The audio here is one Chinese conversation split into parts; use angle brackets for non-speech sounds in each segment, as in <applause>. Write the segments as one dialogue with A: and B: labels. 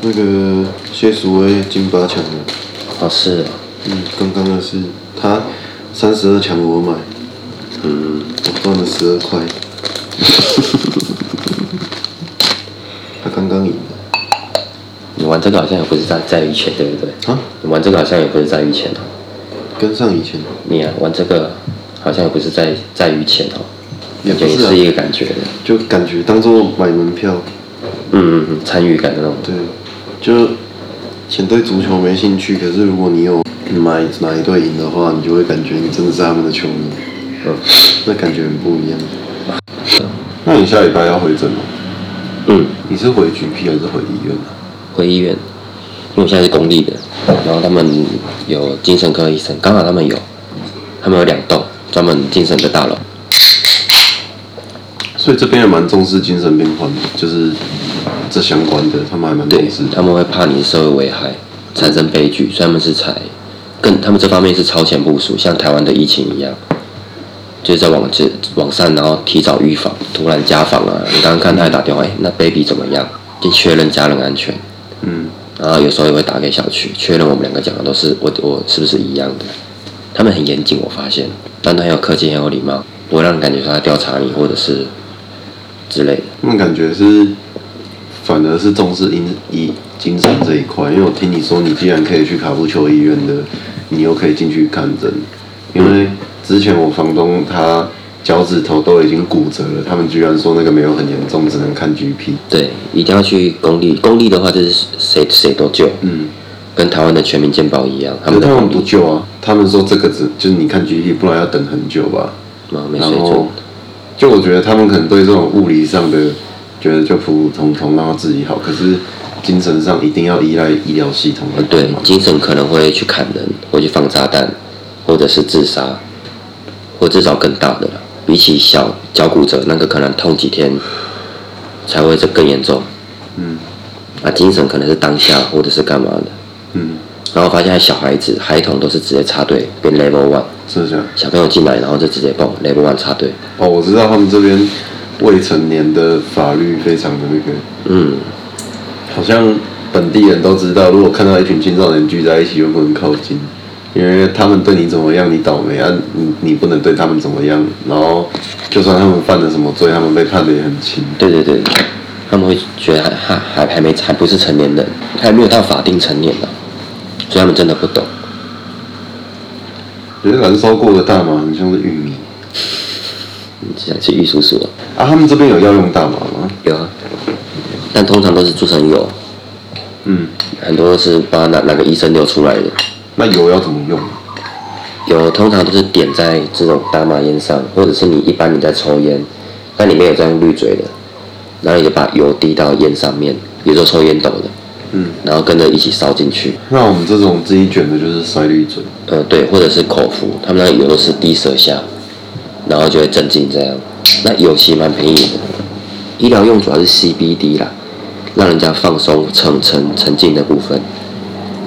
A: 那个谢淑薇进八强了，
B: 哦是哦，
A: 嗯，刚刚的是他三十二强我买，嗯，我赚了十二块， <laughs> 他刚刚赢了
B: 你玩这个好像也不是在在于钱，对不对？
A: 啊，
B: 你玩这个好像也不是在于钱哦，
A: 跟上以前
B: 你啊玩这个好像也不是在在于钱哦，
A: 也
B: 感觉
A: 不是啊
B: 是一个感觉的，
A: 就感觉当做买门票，
B: 嗯嗯嗯，参与感的那种。
A: 对，就前对足球没兴趣，可是如果你有买哪一队赢的话，你就会感觉你真的是他们的球迷，
B: 嗯
A: 那感觉很不一样。
C: 那你下礼拜要回诊吗？
B: 嗯，
C: 你是回 GP 还是回医院啊？
B: 回医院，因为我现在是公立的，然后他们有精神科医生，刚好他们有，他们有两栋专门精神科大楼。
A: 所以这边也蛮重视精神病患的，就是这相关的，他们还蛮
B: 对
A: 重视，的。
B: 他们会怕你社会危害产生悲剧，所以他们是采更他们这方面是超前部署，像台湾的疫情一样，就是在往这往上，然后提早预防，突然家访啊，你刚刚看他还打电话，哎、那 baby 怎么样？就确认家人安全，
A: 嗯，
B: 然后有时候也会打给小区，确认我们两个讲的都是我我是不是一样的。他们很严谨，我发现，但他很有客气，很有礼貌，不会让你感觉说他调查你或者是之类的。
A: 那感觉是反而是重视精以精神这一块，因为我听你说你既然可以去卡布丘医院的，你又可以进去看诊，因为之前我房东他脚趾头都已经骨折了，他们居然说那个没有很严重，只能看 GP。
B: 对，一定要去公立。公立的话，就是谁谁都救，
A: 嗯，
B: 跟台湾的全民健保一样，他
C: 嗯
B: 们
A: 可是
B: 的
A: 他们
B: 公
A: 不
B: 立
A: 救啊，他们说这个只就是你看 GP，不然要等很久吧。
B: 嘛没
A: 然
B: 水准
A: 后。，就我觉得他们可能对这种物理上的觉得就普普通通，让他自己好，可是精神上一定要依赖医疗系统来帮
B: 对，
A: 忙
B: 精神可能会去砍人，会去放炸弹，或者是自杀，或至少更大的了。比起小脚骨折，那个可能痛几天才会这更严重。
A: 嗯
B: 啊，精神可能是当下或者是干嘛的。
A: 嗯，
B: 然后发现小孩子、孩童都是直接插队变 level one，
A: 是这样。
B: 小朋友进来然后就直接蹦 level one 插队。
A: 哦，我知道他们这边未成年的法律非常的那个，
B: 嗯，
A: 好像本地人都知道，如果看到一群青少年聚在一起，就不能靠近。因为他们对你怎么样，你倒霉啊！你你不能对他们怎么样。然后，就算他们犯了什么罪，他们被判的也很轻。
B: 对对对，他们会觉得还还还还没还不是成年人，还没有到法定成年呢、所以他们真的不懂。
A: 觉得燃烧过的大麻很像是玉米
B: 你只想吃玉叔叔啊？
A: 啊。他们这边有药用大麻吗？
B: 有啊，但通常都是做成油，
A: 嗯，
B: 很多是把哪哪个医生流出来的。
A: 那油要怎么用？
B: 有通常都是点在这种大麻烟上，或者是你一般你在抽烟，那里面有这样滤嘴的，然后你就把油滴到烟上面，比如说抽烟斗的，
A: 嗯，
B: 然后跟着一起烧进去。
A: 那我们这种自己卷的就是塞绿嘴，
B: 呃，对，或者是口服，他们那个油都是滴舌下，然后就会镇静这样。那油其实蛮便宜的，医疗用主要是 CBD 啦，让人家放松、沉沉沉静的部分。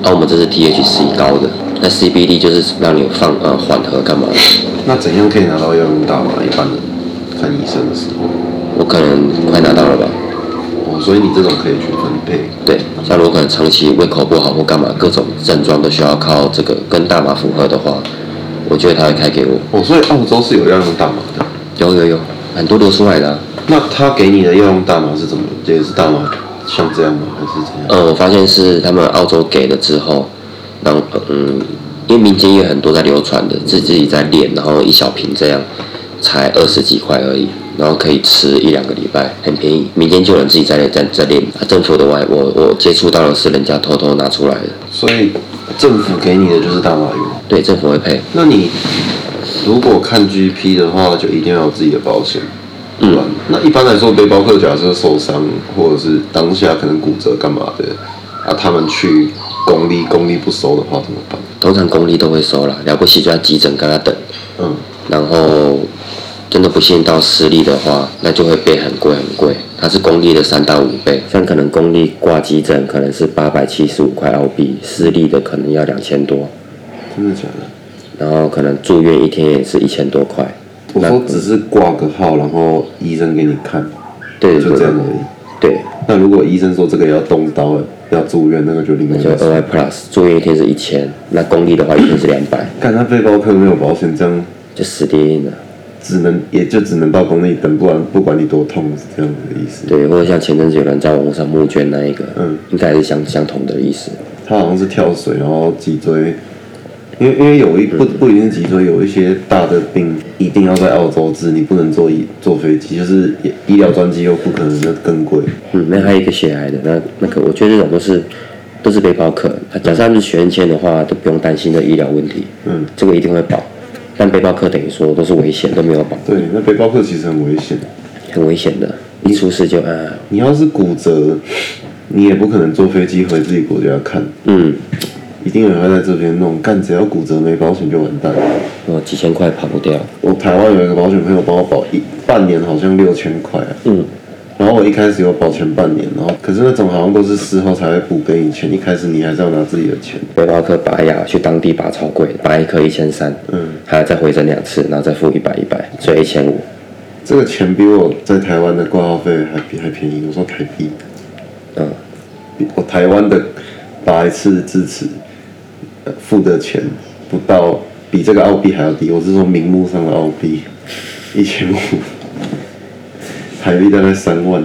B: 而、我们这是 THC 高的，那 CBD 就是让你放呃缓和干嘛的。
A: 那怎样可以拿到药用大麻？一般人看医生的时候，
B: 我可能快拿到了吧？
A: 哦，所以你这种可以去分配。
B: 对，像如果可能长期胃口不好或干嘛，各种症状都需要靠这个跟大麻符合的话，我觉得他会开给我。
A: 哦，所以澳洲是有药用大麻的。
B: 有有有，很多流出来的啊、
A: 那他给你的药用大麻是怎么？也是大麻像这样吗？还是怎样？
B: 呃，我发现是他们澳洲给了之后，然后嗯，因为民间也很多在流传的，自自己在练，然后一小瓶这样，才二十几块而已，然后可以吃一两个礼拜，很便宜。民间就有人自己在在在练，啊、政府的外我我接触到的是人家偷偷拿出来的，
A: 所以政府给你的就是大麻油。
B: 对，政府会配，
A: 那你如果看 GP 的话，就一定要有自己的保险。
B: 嗯
A: 嗯，那一般来说，背包客假设受伤或者是当下可能骨折干嘛的，啊，他们去公立公立不收的话怎么办？
B: 通常公立都会收啦，了不起就要急诊跟他等，
A: 嗯，
B: 然后真的不幸到私立的话，那就会变很贵很贵，它是公立的三到五倍，像可能公立挂急诊可能是八百七十五块澳币，私立的可能要两千多，
A: 真的假的？
B: 然后可能住院一天也是一千多块。
A: 我说只是挂个号，然后医生给你看，
B: 对对
A: 就这
B: 对
A: 样而已。
B: 对，
A: 那如果医生说这个要动刀，哎要住院那个就另外一
B: 就
A: 回
B: 额
A: 事。
B: 外 plus 住院一天是一千，那公立的话一天是两百，
A: 看他背包客没有保险，这样
B: 就死定硬了。
A: 只能也就只能到公立等，不然不管你多痛是这样子的意思。
B: 对，或者像前阵子有人在网络上募捐那一个，
A: 嗯，
B: 应该也是相相同的意思。
A: 他好像是跳水，然后脊椎，因为因为有一不不一定是脊椎，有一些大的病一定要在澳洲治，你不能坐医坐飞机，就是医医疗专机又不可能，那更贵。
B: 嗯，那还有一个血癌的，那那个我觉得这种都是都是背包客，他假设他们是学生签的话，都不用担心的医疗问题，
A: 嗯，
B: 这个一定会保。但背包客等于说都是危险，都没有保，
A: 对，那背包客其实很危险，
B: 很危险的，一出事就啊，
A: 你要是骨折，你也不可能坐飞机回自己国家看，
B: 嗯，
A: 一定有人会在这边弄，干只要骨折没保险就完蛋了。
B: 我几千块跑不掉，
A: 我台湾有一个保险朋友帮我保一半年，好像六千块啊。
B: 嗯。
A: 然后我一开始有保全半年，然后可是那种好像都是事后才会补给你钱，一开始你还是要拿自己的钱。
B: 背包客拔牙去当地拔超贵的，拔一颗一千三，
A: 嗯，
B: 还要再回诊两次，然后再付一百一百，所以一千五。
A: 这个钱比我在台湾的挂号费还比还便宜，我说台币，
B: 嗯，
A: 比我台湾的拔一次智齿呃付的钱不到，比这个澳币还要低。我是说名目上的澳币，一千五，台币大概三万，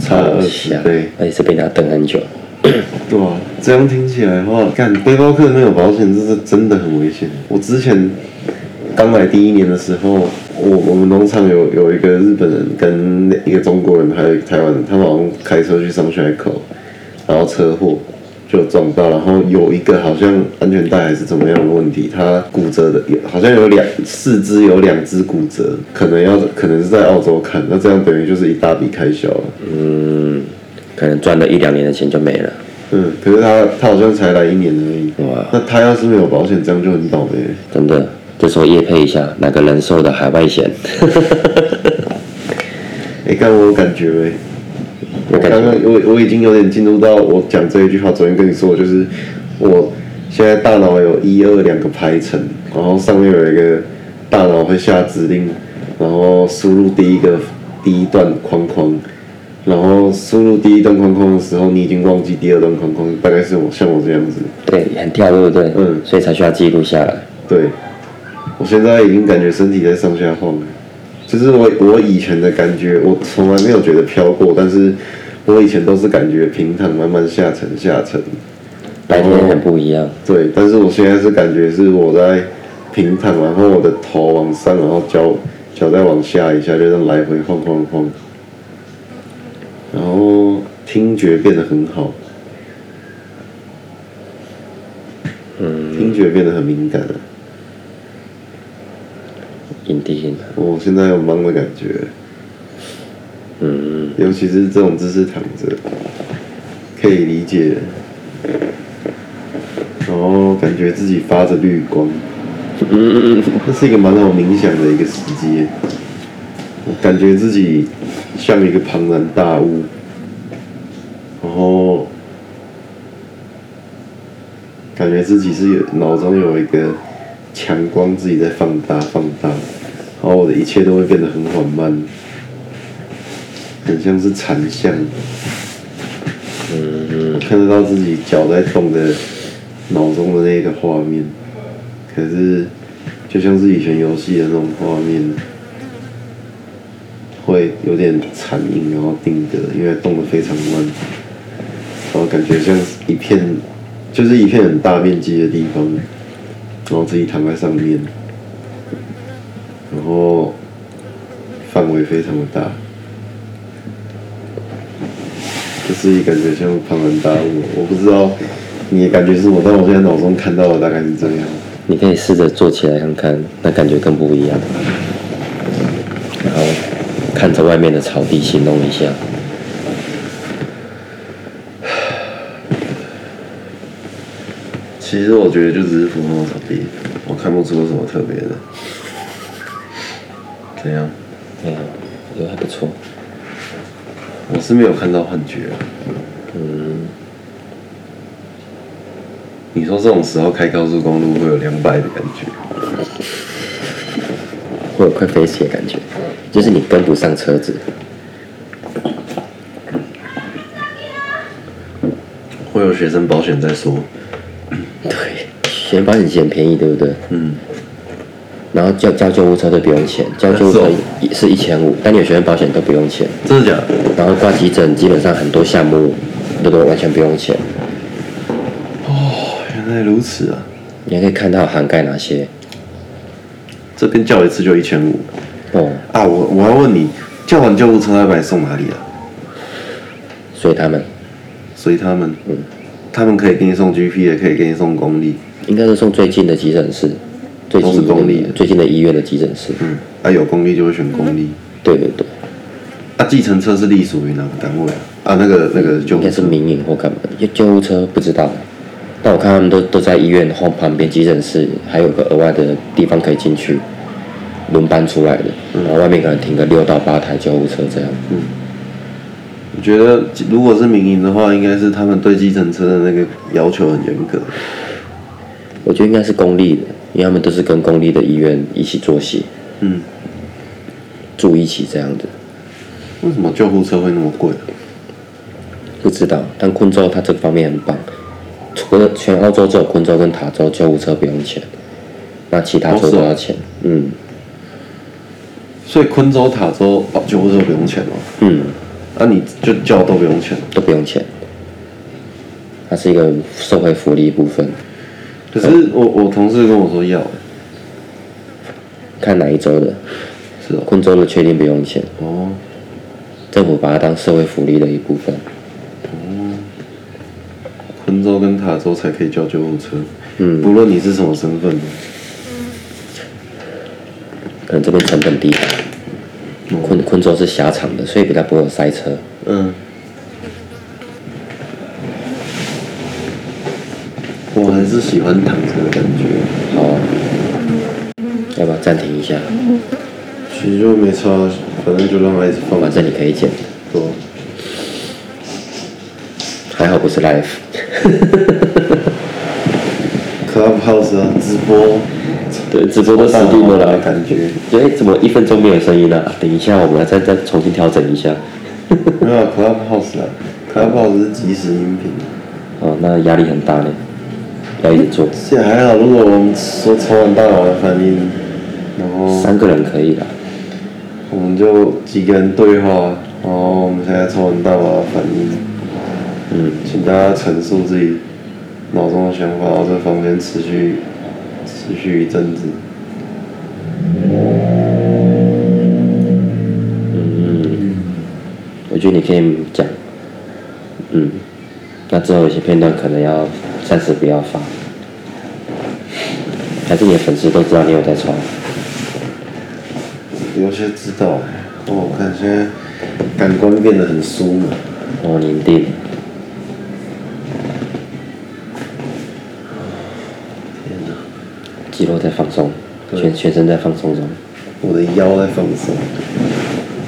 A: 差啊二十
B: 吓
A: 倍。
B: 而且哎是被人家等很久。
A: 对啊，这样听起来的话，干背包客没有保险，这是真的很危险。我之前刚来第一年的时候，我我们农场有有一个日本人跟一个中国人，还有一个台湾人，他们好像开车去上海口，然后车祸就撞到，然后有一个好像安全带还是怎么样的问题，他骨折的，好像有两四肢有两只骨折，可能要可能是在澳洲看，那这样等于就是一大笔开销了。
B: 嗯，可能赚了一两年的钱就没了。
A: 嗯，可是他他好像才来一年而已。
B: 哇
A: 那他要是没有保险，这样就很倒霉。
B: 真的，这时候业配一下哪个人寿的海外险，
A: 哎、干我有感觉没？我
B: 有
A: 刚
B: 感觉
A: 刚我我已经有点进入到我讲这一句话，昨天跟你说，就是我现在大脑有一二两个排程，然后上面有一个大脑会下指令，然后输入第一个第一段框框，然后输入第一段框框的时候，你已经忘记第二段框框，大概是我像我这样子。
B: 对，很跳，对不对？
A: 嗯
B: 所以才需要记录下来。
A: 对，我现在已经感觉身体在上下晃了，就是我我以前的感觉，我从来没有觉得飘过，但是我以前都是感觉平躺慢慢下沉下沉，
B: 白天很不一样，
A: 对，但是我现在是感觉是我在平躺，然后我的头往上，然后脚脚再往下一下，就这样来回晃晃晃，然后听觉变得很好，嗯，听觉变得很敏感了。
B: 影帝影。
A: 我现在有忙的感觉，
B: 嗯，
A: 尤其是这种姿势躺着，可以理解。然后感觉自己发着绿光，这是一个蛮好冥想的一个时机。我感觉自己像一个庞然大物，然后感觉自己是有脑中有一个强光，自己在放大放大，然后我的一切都会变得很缓慢，很像是禅像。嗯，我看得到自己脚在动的脑中的那个画面，可是就像是以前游戏的那种画面，会有点残影，然后定格，因为动得非常慢，然后感觉像是一片，就是一片很大面积的地方，然后自己躺在上面，然后范围非常的大，就是感觉像庞然大物，我不知道你的感觉是什么，但我现在脑中看到的大概是这样。
B: 你可以试着坐起来看看，那感觉更不一样。然后看着外面的草地形容一下，
A: 其实我觉得就只是普通的草地，我看不出有什么特别的。怎样？
B: 没有，嗯有还不错。
A: 我是没有看到幻觉、
B: 嗯，
A: 你说这种时候开高速公路会有两百的感觉？
B: 会有快飞起的感觉，就是你跟不上车子。
A: 会有学生保险再说。
B: 对，全保险钱便宜，对不对？
A: 嗯，
B: 然后叫叫救护车都不用钱，叫救护车
A: 是哦
B: 一是一千五，但你有学生保险都不用钱。
A: 真的假的？
B: 然后挂急诊基本上很多项目都都完全不用钱，
A: 哦，原来如此啊！
B: 你还可以看到涵盖哪些
A: 这边叫一次就一千五
B: 哦，
A: 啊！我我要问你，叫完救护车要把你送哪里啊？
B: 所以他们
A: 随他们，他们可以给你送 GP，也可以给你送公立。
B: 应该是送最近的急诊室，最近
A: 都是公立
B: 的
A: 的
B: 最近的医院的急诊室。
A: 嗯，啊，有公立就会选公立。
B: 对对对，
A: 啊，计程车是隶属于哪个单位啊？啊，那个那个救
B: 应
A: 护
B: 该是
A: 车。
B: 民营或干嘛？救救护车不知道，但我看他们都都在医院后旁边急诊室，还有个额外的地方可以进去，轮班出来的，然后外面可能停个六到八台救护车这样。
A: 我觉得如果是民营的话，应该是他们对计程车的那个要求很严格。
B: 我觉得应该是公立的，因为他们都是跟公立的医院一起作息，
A: 嗯，
B: 住一起这样子。
A: 为什么救护车会那么贵啊、
B: 不知道，但昆州它这方面很棒，除了全澳洲只有昆州跟塔州救护车不用钱，那其他州都要钱。嗯
A: 所以昆州、塔州哦，救护车不用钱哦。
B: 嗯，
A: 啊，你就叫都不用钱，
B: 都不用钱，它是一个社会福利部分，
A: 可是我我同事跟我说要，
B: 看哪一州的。
A: 是哦，
B: 昆州的确定不用钱，
A: 哦，
B: 政府把它当社会福利的一部分。
A: 昆州跟塔州才可以叫救护车，嗯，不论你是什么身份，
B: 可能这边成本低，昆昆州是狭长的，所以比较不会有塞车。
A: 嗯，我还是喜欢躺着的感觉，
B: 好、啊，要不要暂停一下？
A: 其实就没差，反正就让它一直放
B: 反
A: 着，
B: 正你可以剪，
A: 多，
B: 还好不是 live。
A: Clubhouse 啊，直播，
B: 对，直播都死定了啦，
A: 感觉。
B: 觉哎得怎么一分钟没有声音了、啊？等一下，我们来再再重新调整一下。
A: 没有啊 Clubhouse 啊，Clubhouse 是即时音频。
B: 哦，那压力很大呢，要一直做。
A: 这还好，如果我们说超完大脑的反应，然后
B: 三个人可以啦，
A: 我们就几个人对话，然后我们现在抽完大脑的反应，嗯，请大家陈述自己脑中的想法，然后这房间持续持续一阵子。
B: 我觉得你可以讲，嗯，那之后有些片段可能要暂时不要发，还是你的粉丝都知道你有在传，
A: 有些知道，哦，我看现在感官变得很酥嘛，
B: 哦，你一定，
A: 天哪，
B: 肌肉在放松，全全身在放松中，
A: 我的腰在放松。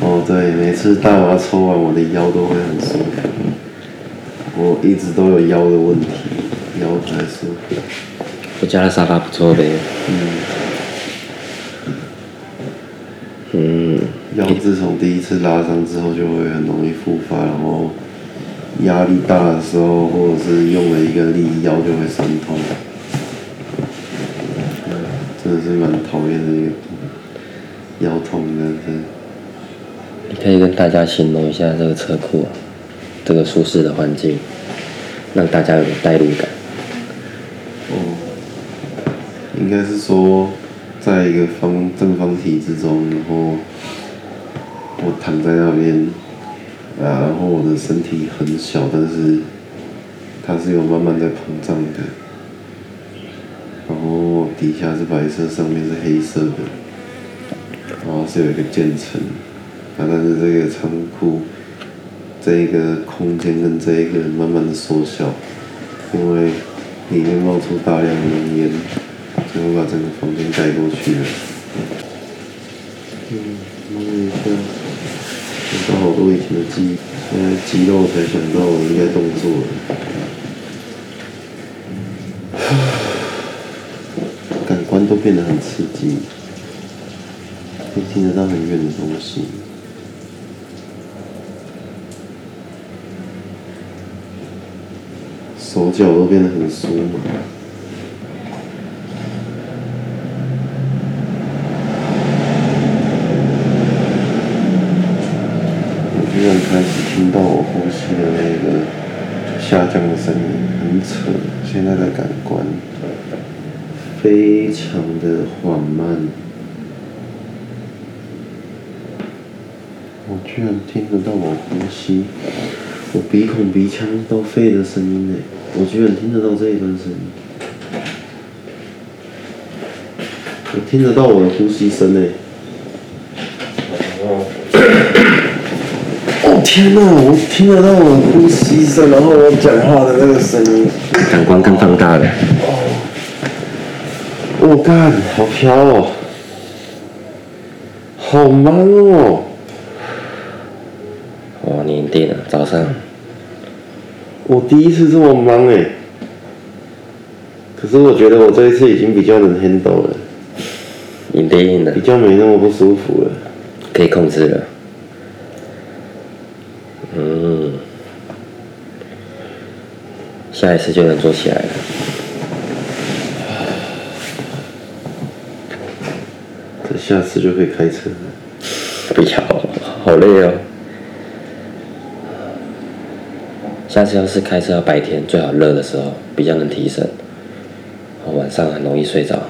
A: 哦，对，每次大麻抽完，我的腰都会很舒服。我一直都有腰的问题，腰不太舒服。
B: 我家的沙发不错呗，嗯，
A: 腰自从第一次拉伤之后，就会很容易复发，然后压力大的时候，或者是用了一个力，腰就会酸痛。嗯真的是蛮讨厌的一个腰痛的，真的。
B: 你可以跟大家形容一下这个车库、啊，这个舒适的环境，让大家有个代入感。
A: 应该是说，在一个方正方体之中，然后我躺在那边，啊，然后我的身体很小，但是它是有慢慢在膨胀的，然后底下是白色，上面是黑色的，然后是有一个渐层，啊，但是这个仓库，这一个空间跟这一个慢慢的缩小，因为里面冒出大量的浓烟，所以我把整个房间盖过去了。嗯，摸了一下，想到好多以前的记忆，现在肌肉才想到我应该动作了， <sighs> 感官都变得很刺激，可以听得到很远的东西。手脚都变得很酥麻。我居然开始听到我呼吸的那个下降的声音，很扯。现在的感官非常的缓慢。我居然听得到我呼吸，我鼻孔、鼻腔到肺的声音呢！我居然听得到这一段声音，我听得到我的呼吸声 <coughs> 呢！哦天哪，我听得到我呼吸声，然后我讲话的那个声音，
B: 感官更放大了。
A: 我、哦干，好飘哦，好忙哦！
B: 哇，哦你一定了，早上
A: 我第一次这么忙哎、可是我觉得我这一次已经比较能 handle 了，
B: 你定了
A: 比，较没那么不舒服了。
B: 可以控制了。嗯，下一次就能做起来了。
A: 这下次就可以开车了。
B: 不要，好累哦。下次要是开车，白天最好热的时候比较能提神，我晚上很容易睡着。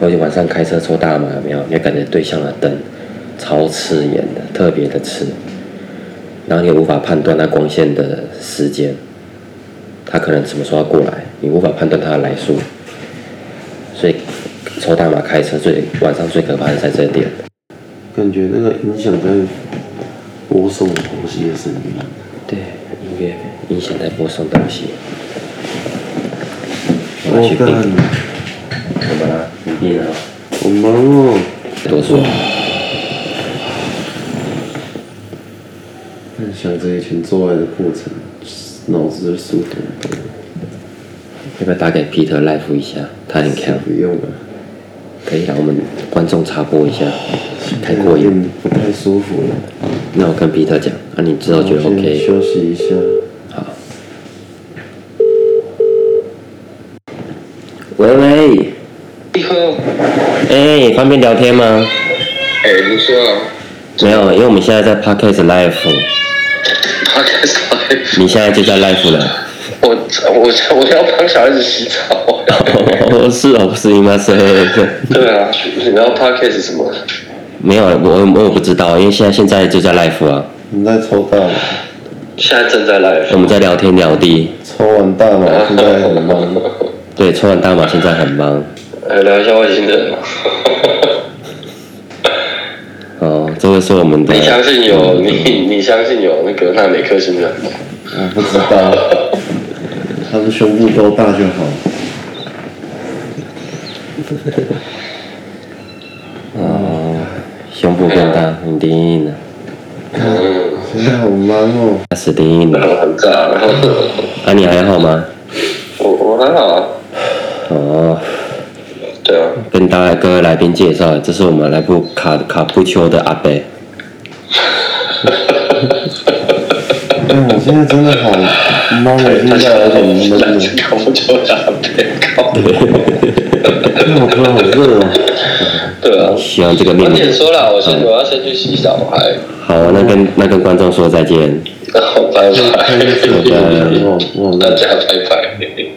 B: 而且晚上开车抽大麻有没有？你会感觉对向的灯超刺眼的，特别的刺，然后你也无法判断它光线的时间，它可能什么时候要过来，你无法判断它的来速。所以抽大麻开车最晚上最可怕的在这点。
A: 感觉那个音响在播送我呼吸的声音，
B: 对，音乐音响在播送东西。我要
A: 我
B: 去
A: 哦干
B: 病，怎么了？你病了？
A: 好忙哦！
B: 多说。
A: 但想着以前做爱的过程，脑子就舒服很多。
B: 要不要打给 Peter Life 一下？他很强，
A: 不用了，
B: 可以让我们观众插播一下，太过
A: 有
B: 瘾。
A: 点不太舒服了。
B: 那我跟 Peter 讲，那、你之后觉得
A: 我先
B: OK？
A: 休息一下。
B: 好。喂喂，
D: 以后，
B: 哎、方便聊天吗？
D: 哎，你说
B: 没有，因为我们现在在 Podcast Live，
D: 他开始来，
B: 你现在就在 Live 了。
D: 我我我要帮小孩子洗澡。
B: <laughs> 哦，是哦，不是你妈是，
D: 对啊，你要 podcast 什么？
B: 没有，我我也不知道，因为现在现在就在 Live 啊，
A: 你在抽大麻，
D: 现在正在 live
B: 我。们在聊天聊地，
A: 抽完大麻
B: <laughs>
A: 现在很忙。
B: 对，抽完大麻现在很忙，
D: 来聊一下外星人。
B: 哦，这个是我们的，
D: 你相信有你？你相信有那个那美克星人吗？
A: 我不知道，他们胸部够大就好。
B: 哦，胸部变大，很硬了，
A: 现在好忙哦，
B: 死定硬了，
D: 很炸。
B: 啊，你还好吗？
D: 我我还好啊。
B: 哦，
D: 对啊，
B: 跟大家各位来宾介绍，这是我们来布卡卡布丘的阿贝，
A: 但哎我现在真的好忙，我现在有点闷哎了，
D: 搞不就打别搞。
A: 因为我突然好热哦。
D: 对啊。
B: 希望这个面
D: 晚点说啦，我先我要先去洗澡，我还
B: 好，那跟那跟观众说再见。
D: 然后拜
A: 开始
D: 拜，
A: 有点热哦，我
D: 大家拜拜。